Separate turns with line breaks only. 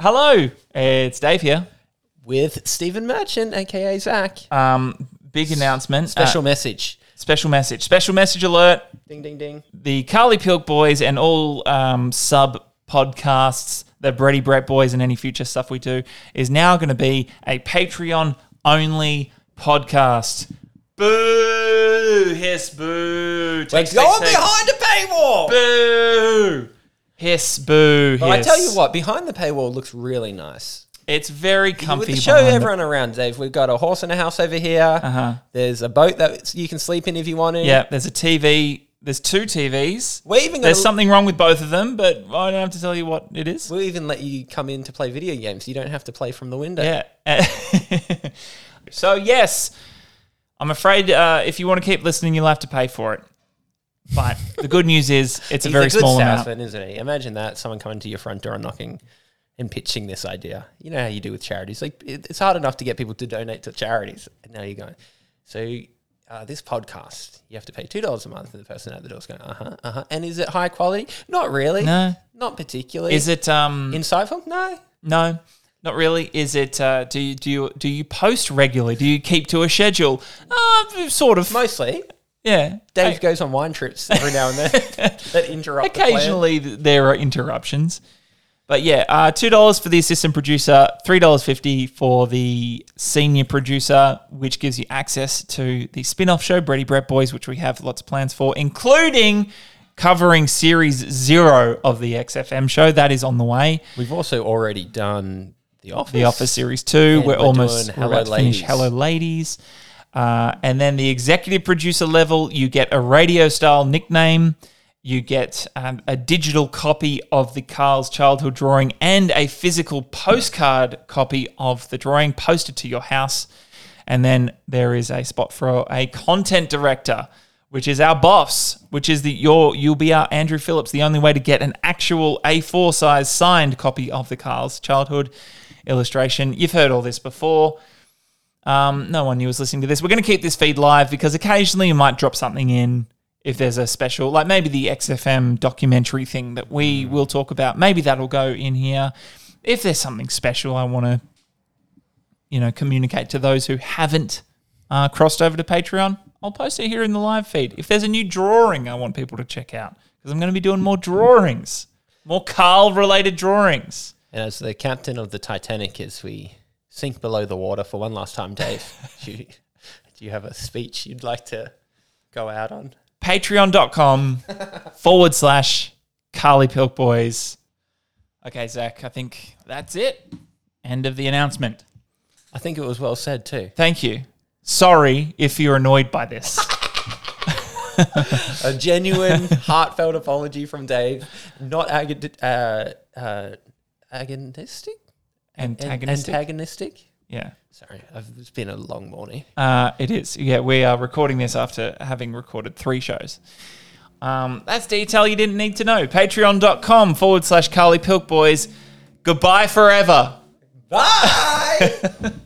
Hello, it's Dave here.
with Stephen Merchant, aka Zach.
Um, big announcement.
Special
Uh,
message.
special message. Special message alert.
Ding ding ding.
The Carly Pilk boys and all um, sub podcasts, the Brady Brett boys and any future stuff we do, is now going to be a Patreon only podcast. Boo! Hiss, boo! Takes, takes, takes.
the paywall.
Boo! Hiss, boo! Hiss.
But I tell you what, behind the paywall looks really nice.
it's very
With
comfy.
the show
behind the-
everyone around, Dave. We've got a horse and a house over here. Uh-huh. There's a boat that you can sleep in if you want to.
Yeah, there's a TV. There's two TVs.
We're even gonna,
There's something wrong with both of them, but I don't have to tell you what it is.
We'll even let you come in to play video games. You don't have to play from the window.
Yeah. so yes, I'm afraid uh, if you want to keep listening, you'll have to pay for it. But the good news is it's a
He's
very
a good
small amount.
salesman, isn't he? Imagine that someone coming to your front door and knocking and pitching this idea. You know how you do with charities. Like it- it's hard enough to get people to donate to charities, and now you're going. So uh, this podcast, you have to pay two dollars a month, and the person at the door's going, uh huh, uh huh. And is it high quality? Not really.
No.
Not particularly.
Is it um
insightful? No.
no, not really. Is it uh, do you do you do you post regularly? Do you keep to a schedule? Uh, sort of.
Mostly,
yeah.
Dave goes on wine trips every now and then that interrupt. the plan.
Occasionally, th- there are interruptions. But yeah, uh, two dollars for the assistant producer, three dollars fifty for the senior producer, which gives you access to the spin-off show Brady Brett Boys, which we have lots of plans for, including covering series zero of the XFM show that is on the way.
We've also already done the office.
The Office series two, we're,
we're
almost
doing
we're
Hello
about to finish.
Ladies.
Hello, ladies. Uh, and then the executive producer level, you get a radio style nickname. You get um, a digital copy of the Carl's childhood drawing and a physical postcard copy of the drawing posted to your house. And then there is a spot for a content director, which is our boss, which is the your you'll be our Andrew Phillips. The only way to get an actual A4 size signed copy of the Carl's childhood illustration. You've heard all this before. Um, no one knew was listening to this. We're going to keep this feed live because occasionally you might drop something in if there's a special, like maybe the XFM documentary thing that we will talk about. Maybe that'll go in here. If there's something special, I want to, you know, communicate to those who haven't uh, crossed over to Patreon. I'll post it here in the live feed. If there's a new drawing, I want people to check out because I'm going to be doing more drawings, more Carl-related drawings.
And as the captain of the Titanic, as we sink below the water for one last time, Dave, do, you, do you have a speech you'd like to go out on?
patreon.com forward slash Carly Pilk Boys. Okay, Zach, I think that's it. End of the announcement.
I think it was well said too.
Thank you. Sorry if you're annoyed by this.
A genuine, heartfelt apology from Dave, not ag- uh, uh, agonistic,
Antagonistic.
antagonistic.
yeah.
Sorry, I've, it's been a long morning.
Uh, it is. Yeah, we are recording this after having recorded three shows. Um, that's detail you didn't need to know. Patreon.com
Ah!
forward slash Carly Pilk Boys. Goodbye forever.
Bye.